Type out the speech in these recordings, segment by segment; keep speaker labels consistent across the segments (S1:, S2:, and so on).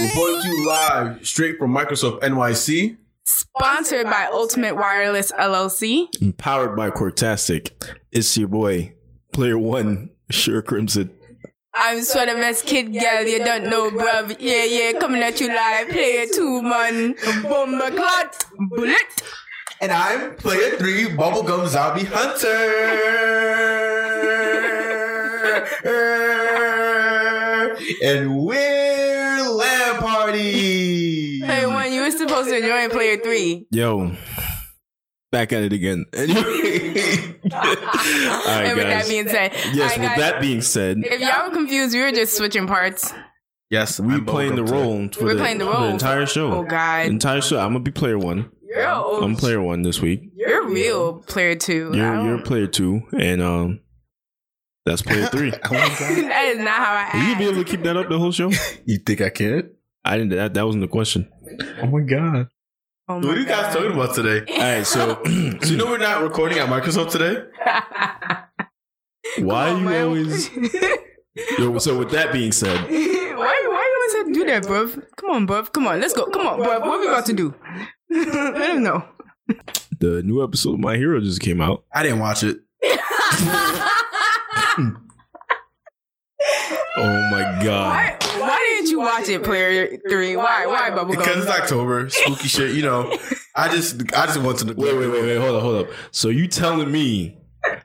S1: Reporting to you live straight from Microsoft NYC,
S2: Sponsored by Ultimate Wireless LLC.
S3: and powered by Cortastic. It's your boy, Player One, Sure Crimson.
S2: I'm sort of best kid girl, you don't know, bruv. Yeah, yeah, coming at you live. Player two, man. Bomba clot. Bullet.
S1: and I'm Player Three Bubblegum Zombie Hunter. and we're Land Party.
S2: Hey, one, you were supposed to join player three.
S3: Yo, back at it again. Anyway, all right,
S2: and with that
S3: guys.
S2: being said,
S3: Yes,
S2: all right,
S3: with
S2: guys,
S3: that being said,
S2: if y'all were confused, we were just switching parts.
S1: Yes,
S3: we
S1: I'm
S3: playing the
S1: Bubblegum
S3: role for
S2: We're
S3: the,
S2: playing the
S3: for
S2: role.
S3: entire show.
S2: Oh, God.
S3: Entire show. I'm gonna be player one.
S2: You're,
S3: I'm player one this week.
S2: you're real player 2 I
S3: You're
S2: don't-
S3: you're player two, and um, that's player three.
S1: Oh
S2: that is not how I
S3: Will you
S2: act.
S3: be able to keep that up the whole show?
S1: Tech. You think I can?
S3: I didn't. That, that wasn't the question.
S1: Oh my god!
S2: Oh my
S1: What are you guys
S2: God.
S1: talking about today?
S3: All right. So,
S1: So you know we're not recording at Microsoft today.
S3: why
S2: Come on,
S3: you
S2: man.
S3: always? Yo, so with that being said,
S2: why, why you always have to do that, bruv? Come on, bruv. Come on, let's go. Come on, bruv. What we about to do? Let him know.
S3: the new episode of My Hero just came out.
S1: I didn't watch it.
S3: Oh my god!
S2: why, why didn't you watch it, Player Three? Why? Why,
S1: Because
S2: Bubblegum?
S1: it's October, spooky shit. You know, I just I just want to
S3: Wait, wait, wait, wait. Hold up, hold up. So you telling me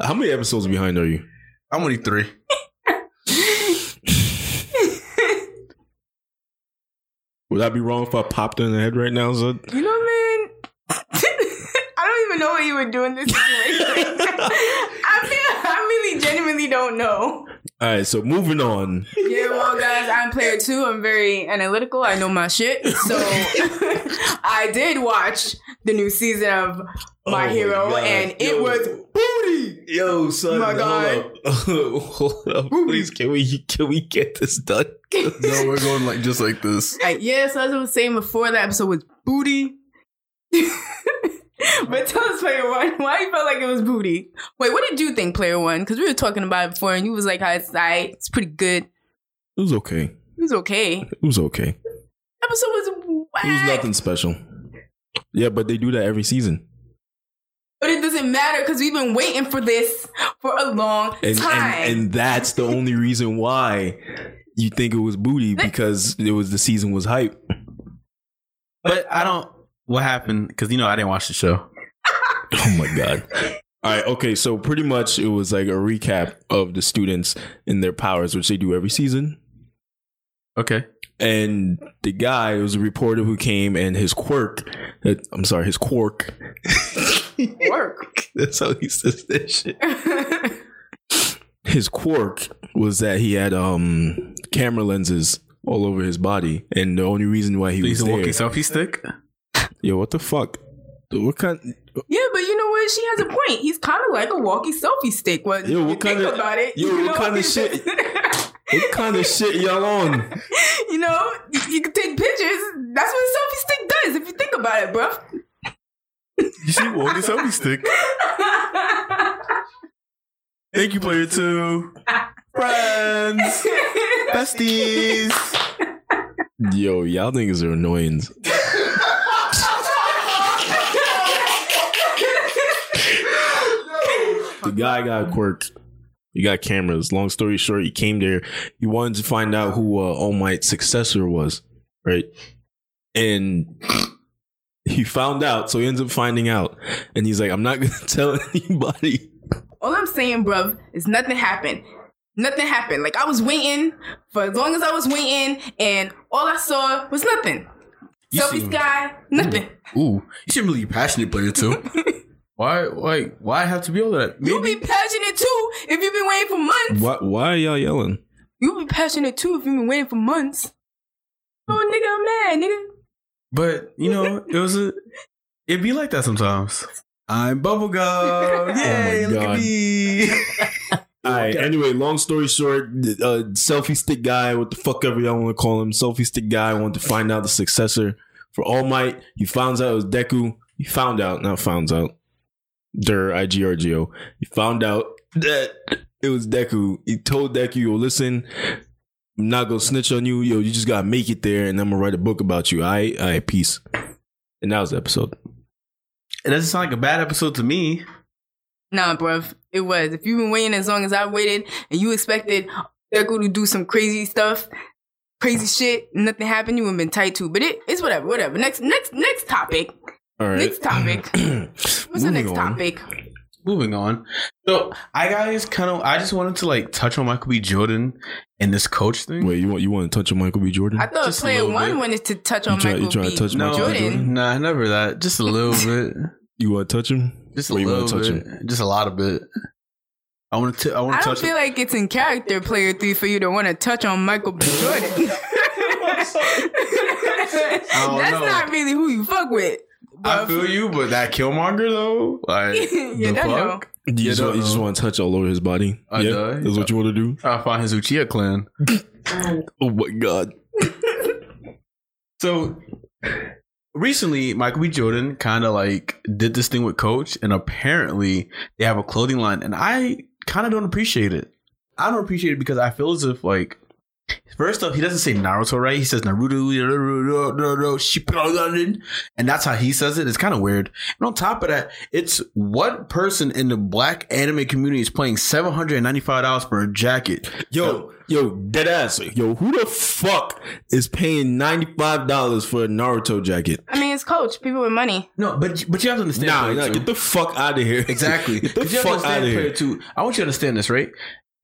S3: how many episodes behind are you?
S1: I'm only three.
S3: Would I be wrong if I popped her in the head right now? Zed?
S2: You know, man. I don't even know what you were doing this situation. I feel I really genuinely don't know.
S3: All right. So moving on.
S2: Yeah, well, guys, I'm player two. I'm very analytical. I know my shit. So I did watch the new season of My
S3: Oh
S2: Hero,
S3: God.
S2: and it
S3: Yo.
S2: was booty.
S3: Yo, son,
S2: My
S3: hold up, hold up, please. Can we can we get this done?
S1: No, we're going like just like this.
S2: Like, yeah, so as I was saying before, that episode was booty. but tell us, player one, why you felt like it was booty? Wait, what did you think, player one? Because we were talking about it before, and you was like, "Hi, it's alright. It's pretty good. It
S3: It was okay.
S2: was okay."
S3: It was okay.
S2: Episode was whack.
S3: It was nothing special. Yeah, but they do that every season.
S2: But it doesn't matter because we've been waiting for this for a long
S3: And,
S2: time.
S3: and and that's the only reason why you think it was booty because it was the season was hype.
S1: But I don't. What happened? Because you know I didn't watch the show.
S3: Oh my god. All right, okay, so pretty much it was like a recap of the students and their powers, which they do every season.
S1: Okay.
S3: And the guy it was a reporter who came and his quirk, uh, I'm sorry, his quirk.
S2: work.
S3: That's how he says that shit. His quirk was that he had um camera lenses all over his body, and the only reason why he was there.
S1: selfie stick.
S3: Yo, what the fuck? Dude, What kind?
S2: yeah, but you know what? She has a point. He's kind of like a walkie selfie stick. What?
S3: Yo,
S2: you
S3: what
S2: think
S3: kinda-
S2: about it?
S3: yo,
S2: you
S3: what
S2: know,
S3: kinda shit- What kind of shit y'all on?
S2: you know, you, you can take pictures. That's what a selfie stick does. If you think about it, bruh.
S1: You see, walking selfie stick. Thank you, player two. Friends, besties.
S3: Yo, y'all niggas are annoying. the guy got quirked. You got cameras. Long story short, he came there. He wanted to find out who uh, All Might's successor was, right? And he found out, so he ends up finding out. And he's like, I'm not going to tell anybody.
S2: All I'm saying, bruv, is nothing happened. Nothing happened. Like I was waiting for as long as I was waiting, and all I saw was nothing. Selfie
S1: seem-
S2: sky, nothing.
S1: Ooh, you seem really passionate, player two. Why, why, why have to be all that?
S2: You'll be passionate too if you've been waiting for months.
S3: Why, why are y'all yelling?
S2: You'll be passionate too if you've been waiting for months. Oh, nigga, I'm mad, nigga.
S1: But you know, it was a. It be like that sometimes. I'm bubblegum. Yay,
S3: Oh my
S1: look
S3: God.
S1: at me.
S3: All right. Anyway, long story short, uh, selfie stick guy, what the fuck ever y'all want to call him, selfie stick guy wanted to find out the successor for All Might. He found out it was Deku. He found out, not found out. Der IGRGO. He found out that it was Deku. He told Deku, "Yo, listen, I'm not gonna snitch on you. Yo, you just gotta make it there, and I'm gonna write a book about you. All right, all right, peace. And that was the episode.
S1: It doesn't sound like a bad episode to me.
S2: Nah, bruv. It was. If you've been waiting as long as I waited and you expected Deku to do some crazy stuff, crazy shit, nothing happened, you would have been tight too. But it, it's whatever, whatever. Next next next topic.
S3: All right.
S2: Next topic. What's the
S3: Moving
S2: next
S3: on.
S2: topic?
S1: Moving on. So I guys kind of I just wanted to like touch on Michael B. Jordan and this coach thing.
S3: Wait, you want you want to touch on Michael B. Jordan?
S2: I thought
S1: Just a
S2: player
S1: little
S2: one
S1: bit.
S2: wanted to touch on
S3: You try- you
S2: Michael
S3: try to
S2: B.
S3: touch
S1: no,
S3: Michael
S2: Jordan.
S1: nah, never that. Just a little bit.
S3: you want to touch him?
S1: Just a
S3: Or you
S1: little
S3: wanna touch
S1: bit. Just a lot of bit. I want to. I want
S2: I
S1: to
S2: don't
S1: touch.
S2: feel like it's in character, player three, for you to want to touch on Michael B. Jordan.
S1: don't
S2: That's
S1: know.
S2: not really who you fuck with.
S1: I
S2: bruv.
S1: feel you, but that Killmonger though, like
S2: Yeah,
S1: the
S2: that no.
S1: fuck.
S3: You just,
S1: Yeah,
S3: want, you
S1: no.
S3: just want to touch all over his body.
S1: I
S3: yeah,
S1: die.
S3: that's what you want to do.
S1: Trying to find his Uchiha clan.
S3: Oh my god!
S1: So recently, Michael B. Jordan kind of like did this thing with Coach, and apparently they have a clothing line, and I kind of don't appreciate it. I don't appreciate it because I feel as if like. First off, he doesn't say Naruto right. He says Naruto, Naruto, Naruto, Shippuden, and that's how he says it. It's kind of weird. And on top of that, it's what person in the black anime community is playing seven hundred and ninety-five dollars for a jacket?
S3: Yo, yo, dead ass. Yo, who the fuck is paying ninety five dollars for a Naruto jacket?
S2: I mean, it's coach, people with money.
S1: No, but but you have to understand.
S3: Nah,
S1: though,
S3: nah,
S1: too.
S3: get the fuck out of here.
S1: Exactly.
S3: get the
S1: But you have to
S3: fuck out
S1: understand,
S3: of
S1: player
S3: here.
S1: two, I want you to understand this, right?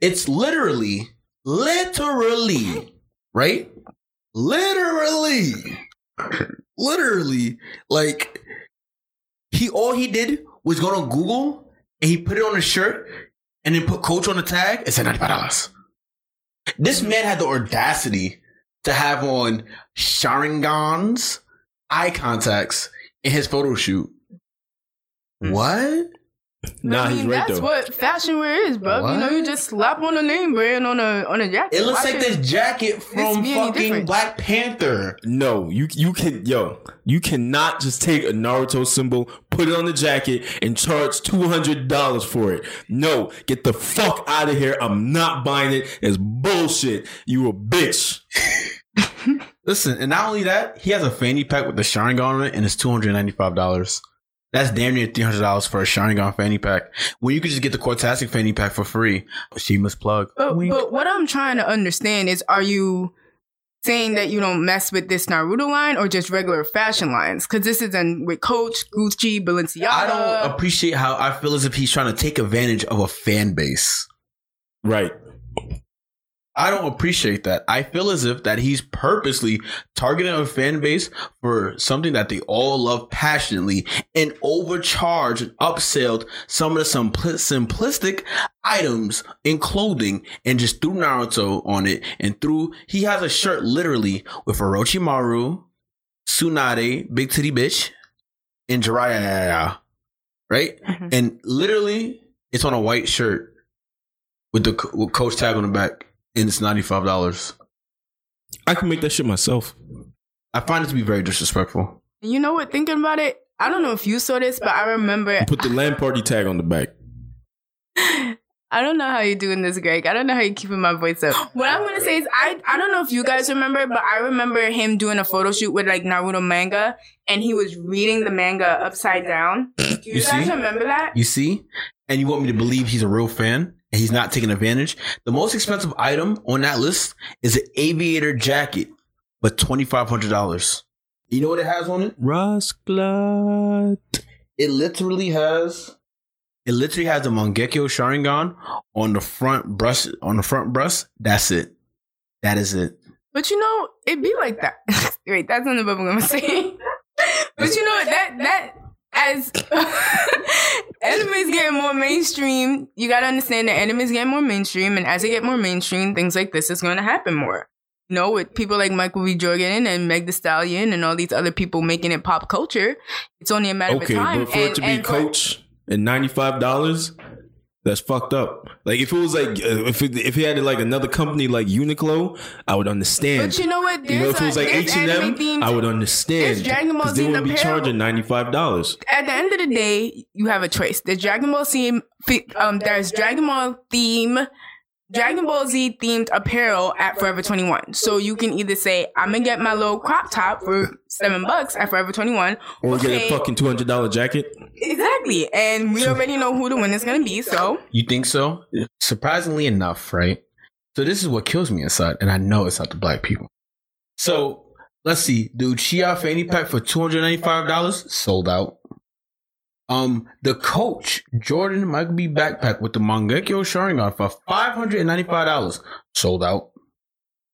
S1: It's literally, literally, right? Literally, literally, like he all he did was go to Google and he put it on his shirt and then put coach on the tag and said ninety five dollars. This man had the audacity to have on Sharingans, eye contacts in his photo shoot.
S3: Hmm.
S1: What?
S3: Nah,
S2: I mean,
S3: he's right
S2: that's
S3: though.
S2: what fashion wear is, bro. You know, you
S1: What?
S2: just slap on a name brand on a on a jacket.
S1: It looks
S2: Why
S1: like
S2: should-
S1: this jacket from
S2: be any
S1: fucking
S2: different?
S1: Black Panther.
S3: no, you you can yo, you cannot just take a Naruto symbol, put it on the jacket, and charge two hundred dollars for it. No, get the fuck out of here. I'm not buying it. It's bullshit. You a bitch.
S1: Listen, and not only that, he has a fanny pack with the Sharingan on it, and it's two hundred ninety five dollars. That's damn near three hundred dollars for a Sharingan fanny pack when you could just get the Cortasic fanny pack for free. She must plug.
S2: But,
S1: Wink.
S2: but what I'm trying to understand is, are you saying that you don't mess with this Naruto line or just regular fashion lines? Because this is in with Coach, Gucci, Balenciaga.
S1: I don't appreciate how I feel as if he's trying to take advantage of a fan base.
S3: Right.
S1: I don't appreciate that. I feel as if that he's purposely targeting a fan base for something that they all love passionately and overcharged and upselled some of the simpli- simplistic items in clothing and just threw Naruto on it and threw he has a shirt literally with Orochimaru, Tsunade, Big Titty Bitch, and Jiraiya. Right?
S2: Mhm.
S1: And literally it's on a white shirt with the co- with coach tag on the back and it's ninety five dollars.
S3: I can make that shit myself.
S1: I find it to be very disrespectful.
S2: You know what? Thinking about it, I don't know if you saw this, but I remember.
S3: Put the land party tag on the back.
S2: I don't know how you're doing this, Greg. I don't know how you're keeping my voice up. What I'm gonna say is, I I don't know if you guys remember, but I remember him doing a photo shoot with like Naruto manga, and he was reading the manga upside down. Do you,
S1: You
S2: guys
S1: see?
S2: remember that?
S1: You see, and you want me to believe he's a real fan and he's not taking advantage. The most expensive item on that list is an aviator jacket, but twenty five hundred dollars. You know what it has on it?
S3: Rasclat.
S1: It literally has. It literally has a Mangekyo Sharingan on the front breast. On the front breast, that's it. That is it.
S2: But you know, it be like that. Wait, that's not the bubble I'm saying. but you know what? That that as anime is getting more mainstream, you gotta understand that anime is getting more mainstream, and as it get more mainstream, things like this is going to happen more. You know, with people like Michael B. Jordan and Meg The Stallion and all these other people making it pop culture, it's only a matter
S3: Okay,
S2: of time.
S3: but for
S2: and,
S3: it to be
S2: and for-
S3: coach and ninety five dollars, that's fucked up. Like if it was like uh, if it, if he had like another company like Uniqlo, I would understand.
S2: but you know what?
S3: You know,
S2: There's
S3: if it was
S2: a-
S3: like
S2: there's
S3: H and
S2: anime
S3: M,
S2: themed-
S3: I would
S2: There's
S3: understand
S2: Dragon Ball
S3: because they
S2: Z
S3: wouldn't be
S2: apparel.
S3: charging ninety five dollars.
S2: at the end of the day, you have a choice. The Dragon Ball theme, um, there's Dragon Ball theme Dragon Ball Z themed apparel at Forever 21. So you can either say, I'm gonna get my little crop top for seven bucks at Forever 21.
S3: Or get
S2: Okay.
S3: a fucking two hundred dollar jacket.
S2: Exactly. And we already know who the winner's gonna be. So
S1: You think so? Surprisingly enough, right? So this is what kills me inside, and I know it's not the black people. So let's see, dude. Chia fanny pack for two hundred ninety five dollars sold out. Um, the coach Jordan Michael B backpack with the Mangekyo Sharingan for five hundred and ninety five dollars sold out.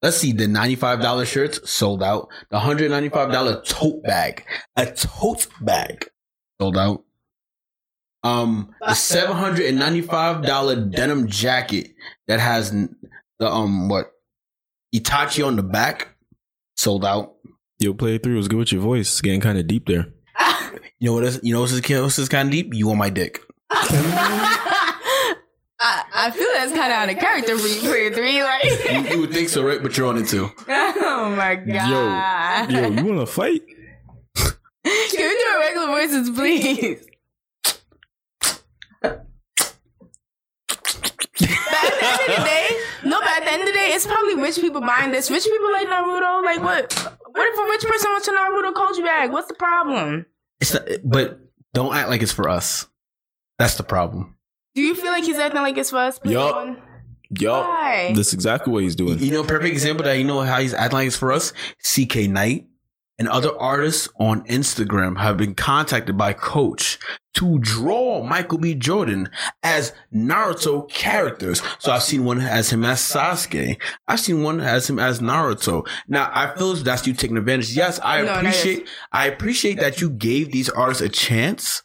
S1: Let's see, the ninety five dollar shirts sold out. The hundred ninety five dollar tote bag, a tote bag, sold out. Um, the seven hundred and ninety-five dollar denim jacket that has n- the um what Itachi on the back sold out.
S3: Yo, play through was good with your voice. It's getting kind of deep there.
S1: You know what? Else, you know what's this, what's this kind of deep? You on my dick?
S2: I, I feel that's kind of out of character for you, for your three.
S1: You,
S2: Like,
S1: you would think so, right? But you're on it too.
S2: oh my god!
S3: Yo, you want to fight?
S2: Can we do regular voices, please? But at the end of the day, no. But at the end of the day, it's probably rich people buying this. Rich people like Naruto. Like, what? What if a rich person wants a Naruto culture bag? What's the problem?
S1: It's not, but don't act like it's for us. That's the problem.
S2: Do you feel like he's acting like it's for us?
S3: Yup.
S2: Pokemon?
S3: Yo,
S2: Why?
S3: that's exactly what he's doing.
S1: You know, perfect example that you know how he's acting like it's for us. CK Knight and other artists on Instagram have been contacted by Coach to draw Michael B. Jordan as Naruto characters. So I've seen one as him as Sasuke. I've seen one as him as Naruto. Now I feel that's you taking advantage. Yes, I
S2: No, that is-
S1: appreciate. I appreciate that you gave these artists a chance.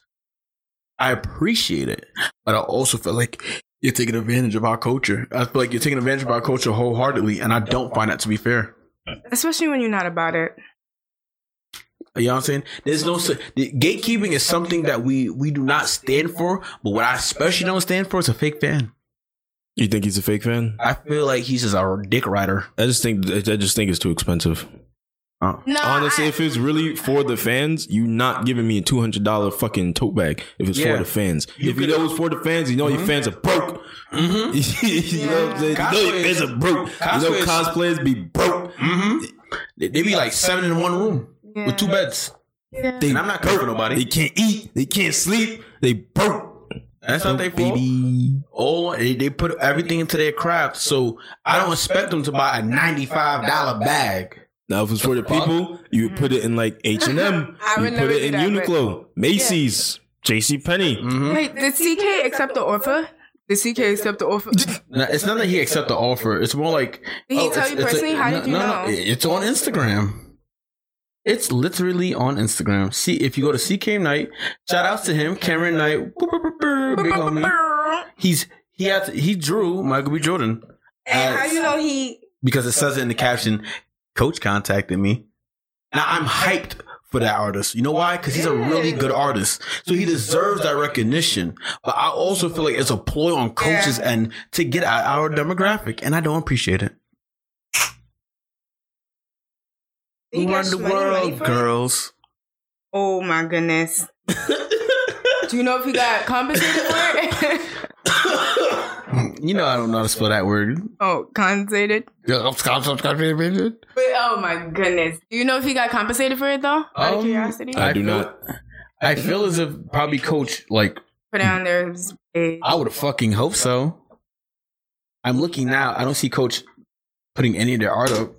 S1: I appreciate it, but I also feel like you're taking advantage of our culture. I feel like you're taking advantage of our culture wholeheartedly, and I don't find that to be fair.
S2: Especially when you're not about it.
S1: You know what I'm saying? There's no su- the gatekeeping is something that we we do not stand for. But what I especially don't stand for is a fake fan.
S3: You think he's a fake fan?
S1: I feel like he's just a dick rider.
S3: I just think I just think it's too expensive.
S1: Uh,
S2: No,
S3: Honestly,
S2: I-
S3: if it's really for the fans, you not giving me a two hundred dollar fucking tote bag. If it's
S1: Yeah.
S3: for the fans,
S1: You
S3: if you
S1: could-
S3: know it's for the fans, you know your fans are broke.
S1: mm-hmm.
S3: you know what I'm saying? You know your
S1: Cosplay
S3: fans
S1: is-
S3: are broke. You
S1: cosplay
S3: know
S1: is-
S3: cosplayers be broke.
S1: Mm-hmm. They, they be like seven in one room
S2: Yeah.
S1: with two beds.
S2: Yeah.
S1: And I'm not coming for nobody.
S3: They can't eat. They can't sleep. They broke.
S1: That's not their fault.
S3: baby.
S1: All Oh, they, they put everything into their craft, so I don't expect them to buy a ninety-five dollar bag.
S3: Now, if it's for the
S1: fuck?
S3: people, you would put it in like H and M.
S2: I
S3: You
S2: would
S3: put
S2: never
S3: it
S2: do
S3: in
S2: that, but-
S3: Uniqlo, Macy's, J.C. Penney.
S1: Mm-hmm.
S2: Wait, did CK accept the offer? Did CK accept the offer?
S1: No, it's not that he accept the offer. It's more like oh,
S2: Did he tell
S1: it's-
S2: you
S1: it's a-
S2: personally? How
S1: no,
S2: did you
S1: no,
S2: know?
S1: No, it's on Instagram. It's literally on Instagram. See, if you go to CK Knight, shout outs to him, Cameron Knight, boop, boop, boop, boop, big homie. He's he had he drew Michael B. Jordan
S2: And how you know he?
S1: because it says it in the caption. Coach contacted me. Now I'm hyped for that artist. You know why? Because he's a really good artist, so he deserves that recognition. But I also feel like it's a ploy on coaches and to get at our demographic, and I don't appreciate it.
S2: he got
S1: Run the
S2: money- money
S1: world,
S2: for it?
S1: girls.
S2: Oh my goodness. Do you know if he got compensated for it?
S1: you know I don't know how to spell that word.
S2: oh, compensated. But oh my goodness. Do you know if he got compensated for it though? Out of
S1: Um,
S2: curiosity,
S3: I- do
S1: feel-
S3: not.
S1: I feel as if probably coach like
S2: put it on there. Hey,
S1: I would fucking hope so. I'm looking now. I don't see Coach putting any of their art up,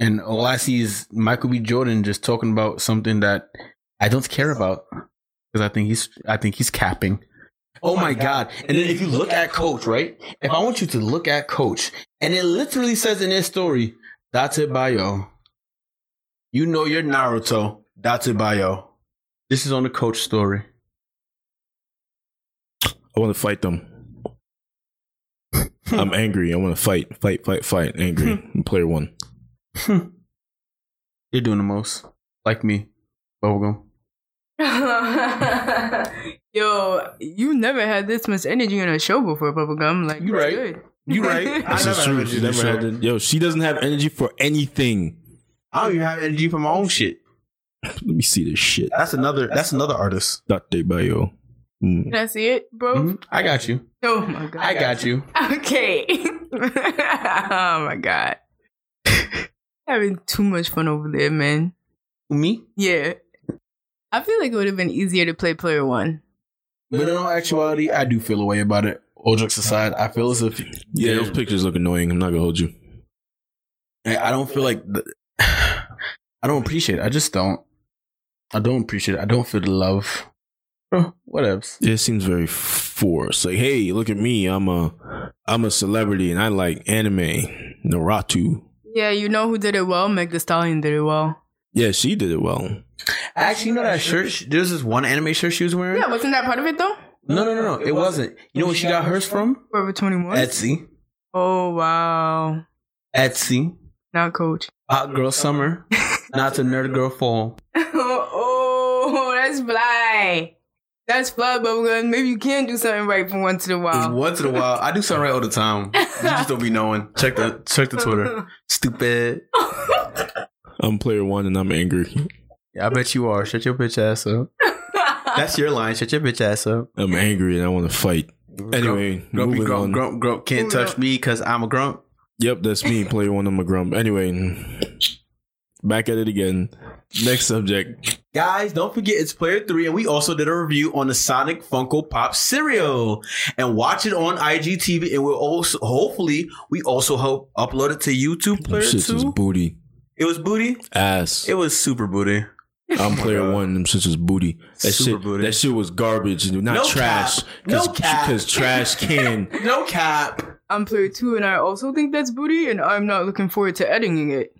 S1: and all I see is Michael B. Jordan just talking about something that I don't care about because I think he's I think he's capping. Oh my god! And then if you look at Coach, right? If I want you to look at Coach, and it literally says in his story, "Date Bayo." You know you're Naruto. Date Bayo. This is on the Coach story.
S3: I want to fight them. I'm angry. I want to fight, fight, fight, fight. Angry. I'm player one.
S1: You're doing the most. Like me. Bubblegum.
S2: yo, you never had this much energy in a show before, Bubblegum. Like
S1: You
S2: that's
S1: right.
S2: Good.
S1: You right. I
S3: This
S1: never
S3: is true.
S1: had
S3: She
S1: energy
S3: never
S1: for
S3: had
S1: shit.
S3: it. Yo, she doesn't have energy for anything.
S1: I don't even have energy for my own shit.
S3: Let me see this shit.
S1: That's another that's another artist.
S3: Date Bayo. Mm.
S2: Did I see it, bro?
S1: Mhm. I got you.
S2: Oh my god.
S1: I got you.
S2: Okay. oh my god. Having too much fun over there, man.
S1: Me?
S2: Yeah. I feel like it would have been easier to play player one.
S1: But in all actuality, I do feel a way about it. All jokes aside, I feel as if
S3: Yeah, those pictures look annoying. I'm not gonna hold you.
S1: I I don't feel like the, I don't appreciate it. I just don't. I don't appreciate it. I don't feel the love. Bro, what else?
S3: It seems very forced. Like, hey, look at me. I'm a I'm a celebrity and I like anime. Naruto.
S2: Yeah, you know who did it well? Meg the Stallion did it well.
S3: Yeah, she did it well.
S1: Actually, you know that shirt? sh- There's this one anime shirt she was wearing.
S2: Yeah, wasn't that part of it though?
S1: No, no, no, no. It wasn't. You know where she got hers from?
S2: Forever 21.
S1: Etsy.
S2: oh wow.
S1: Etsy.
S2: Not coach.
S1: Hot girl summer. Not to nerd girl fall.
S2: oh, that's fly. That's fly, bubblegum. Maybe you can do something right from once in a
S1: It's
S2: while.
S1: once in a while. I do something right all the time. You just don't be knowing. Check the check the Twitter. Stupid.
S3: I'm player one and I'm angry.
S1: Yeah, I bet you are. Shut your bitch ass up. That's your line. Shut your bitch ass up.
S3: I'm angry and I want to fight. Anyway,
S1: Grumpy
S3: moving on.
S1: grump, grump, grump. Can't
S2: Moving
S1: touch
S2: on.
S1: me because I'm a grump.
S3: Yep, that's me. Player one. I'm a grump. Anyway, back at it again. Next subject.
S1: Guys, don't forget it's Player 3, and we also did a review on the Sonic Funko Pop cereal. And watch it on IGTV, and we'll also, hopefully, we also hope upload it to YouTube Player
S3: Shit is
S1: 2.
S3: booty
S1: It was booty.
S3: ass.
S1: It was super booty.
S3: I'm player
S1: God.
S3: one. Them shits was booty. That
S1: Super
S3: shit.
S1: booty.
S3: That shit was garbage. Not
S1: No
S3: trash.
S1: cap. No cap.
S3: Because trash can.
S1: No cap.
S2: I'm player two, and I also think that's booty, and I'm not looking forward to editing it.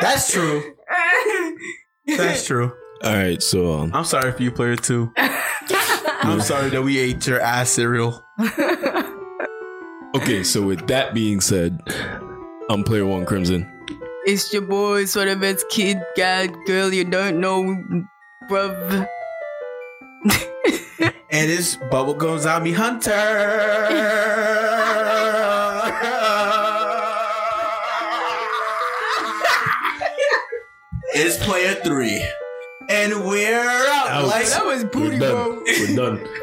S1: That's true. That's true.
S3: All right. So um,
S1: I'm sorry for you, Player 2. I'm sorry that we ate your ass cereal.
S3: okay. So with that being said, I'm player one crimson.
S2: it's your boy, sort of best kid, guy, girl you don't know, bruv.
S1: And it's Bubblegum Zombie Hunter. it's player three. And we're out.
S3: Out.
S1: Like,
S2: That was booty,
S3: We're done.
S2: bro.
S3: We're done.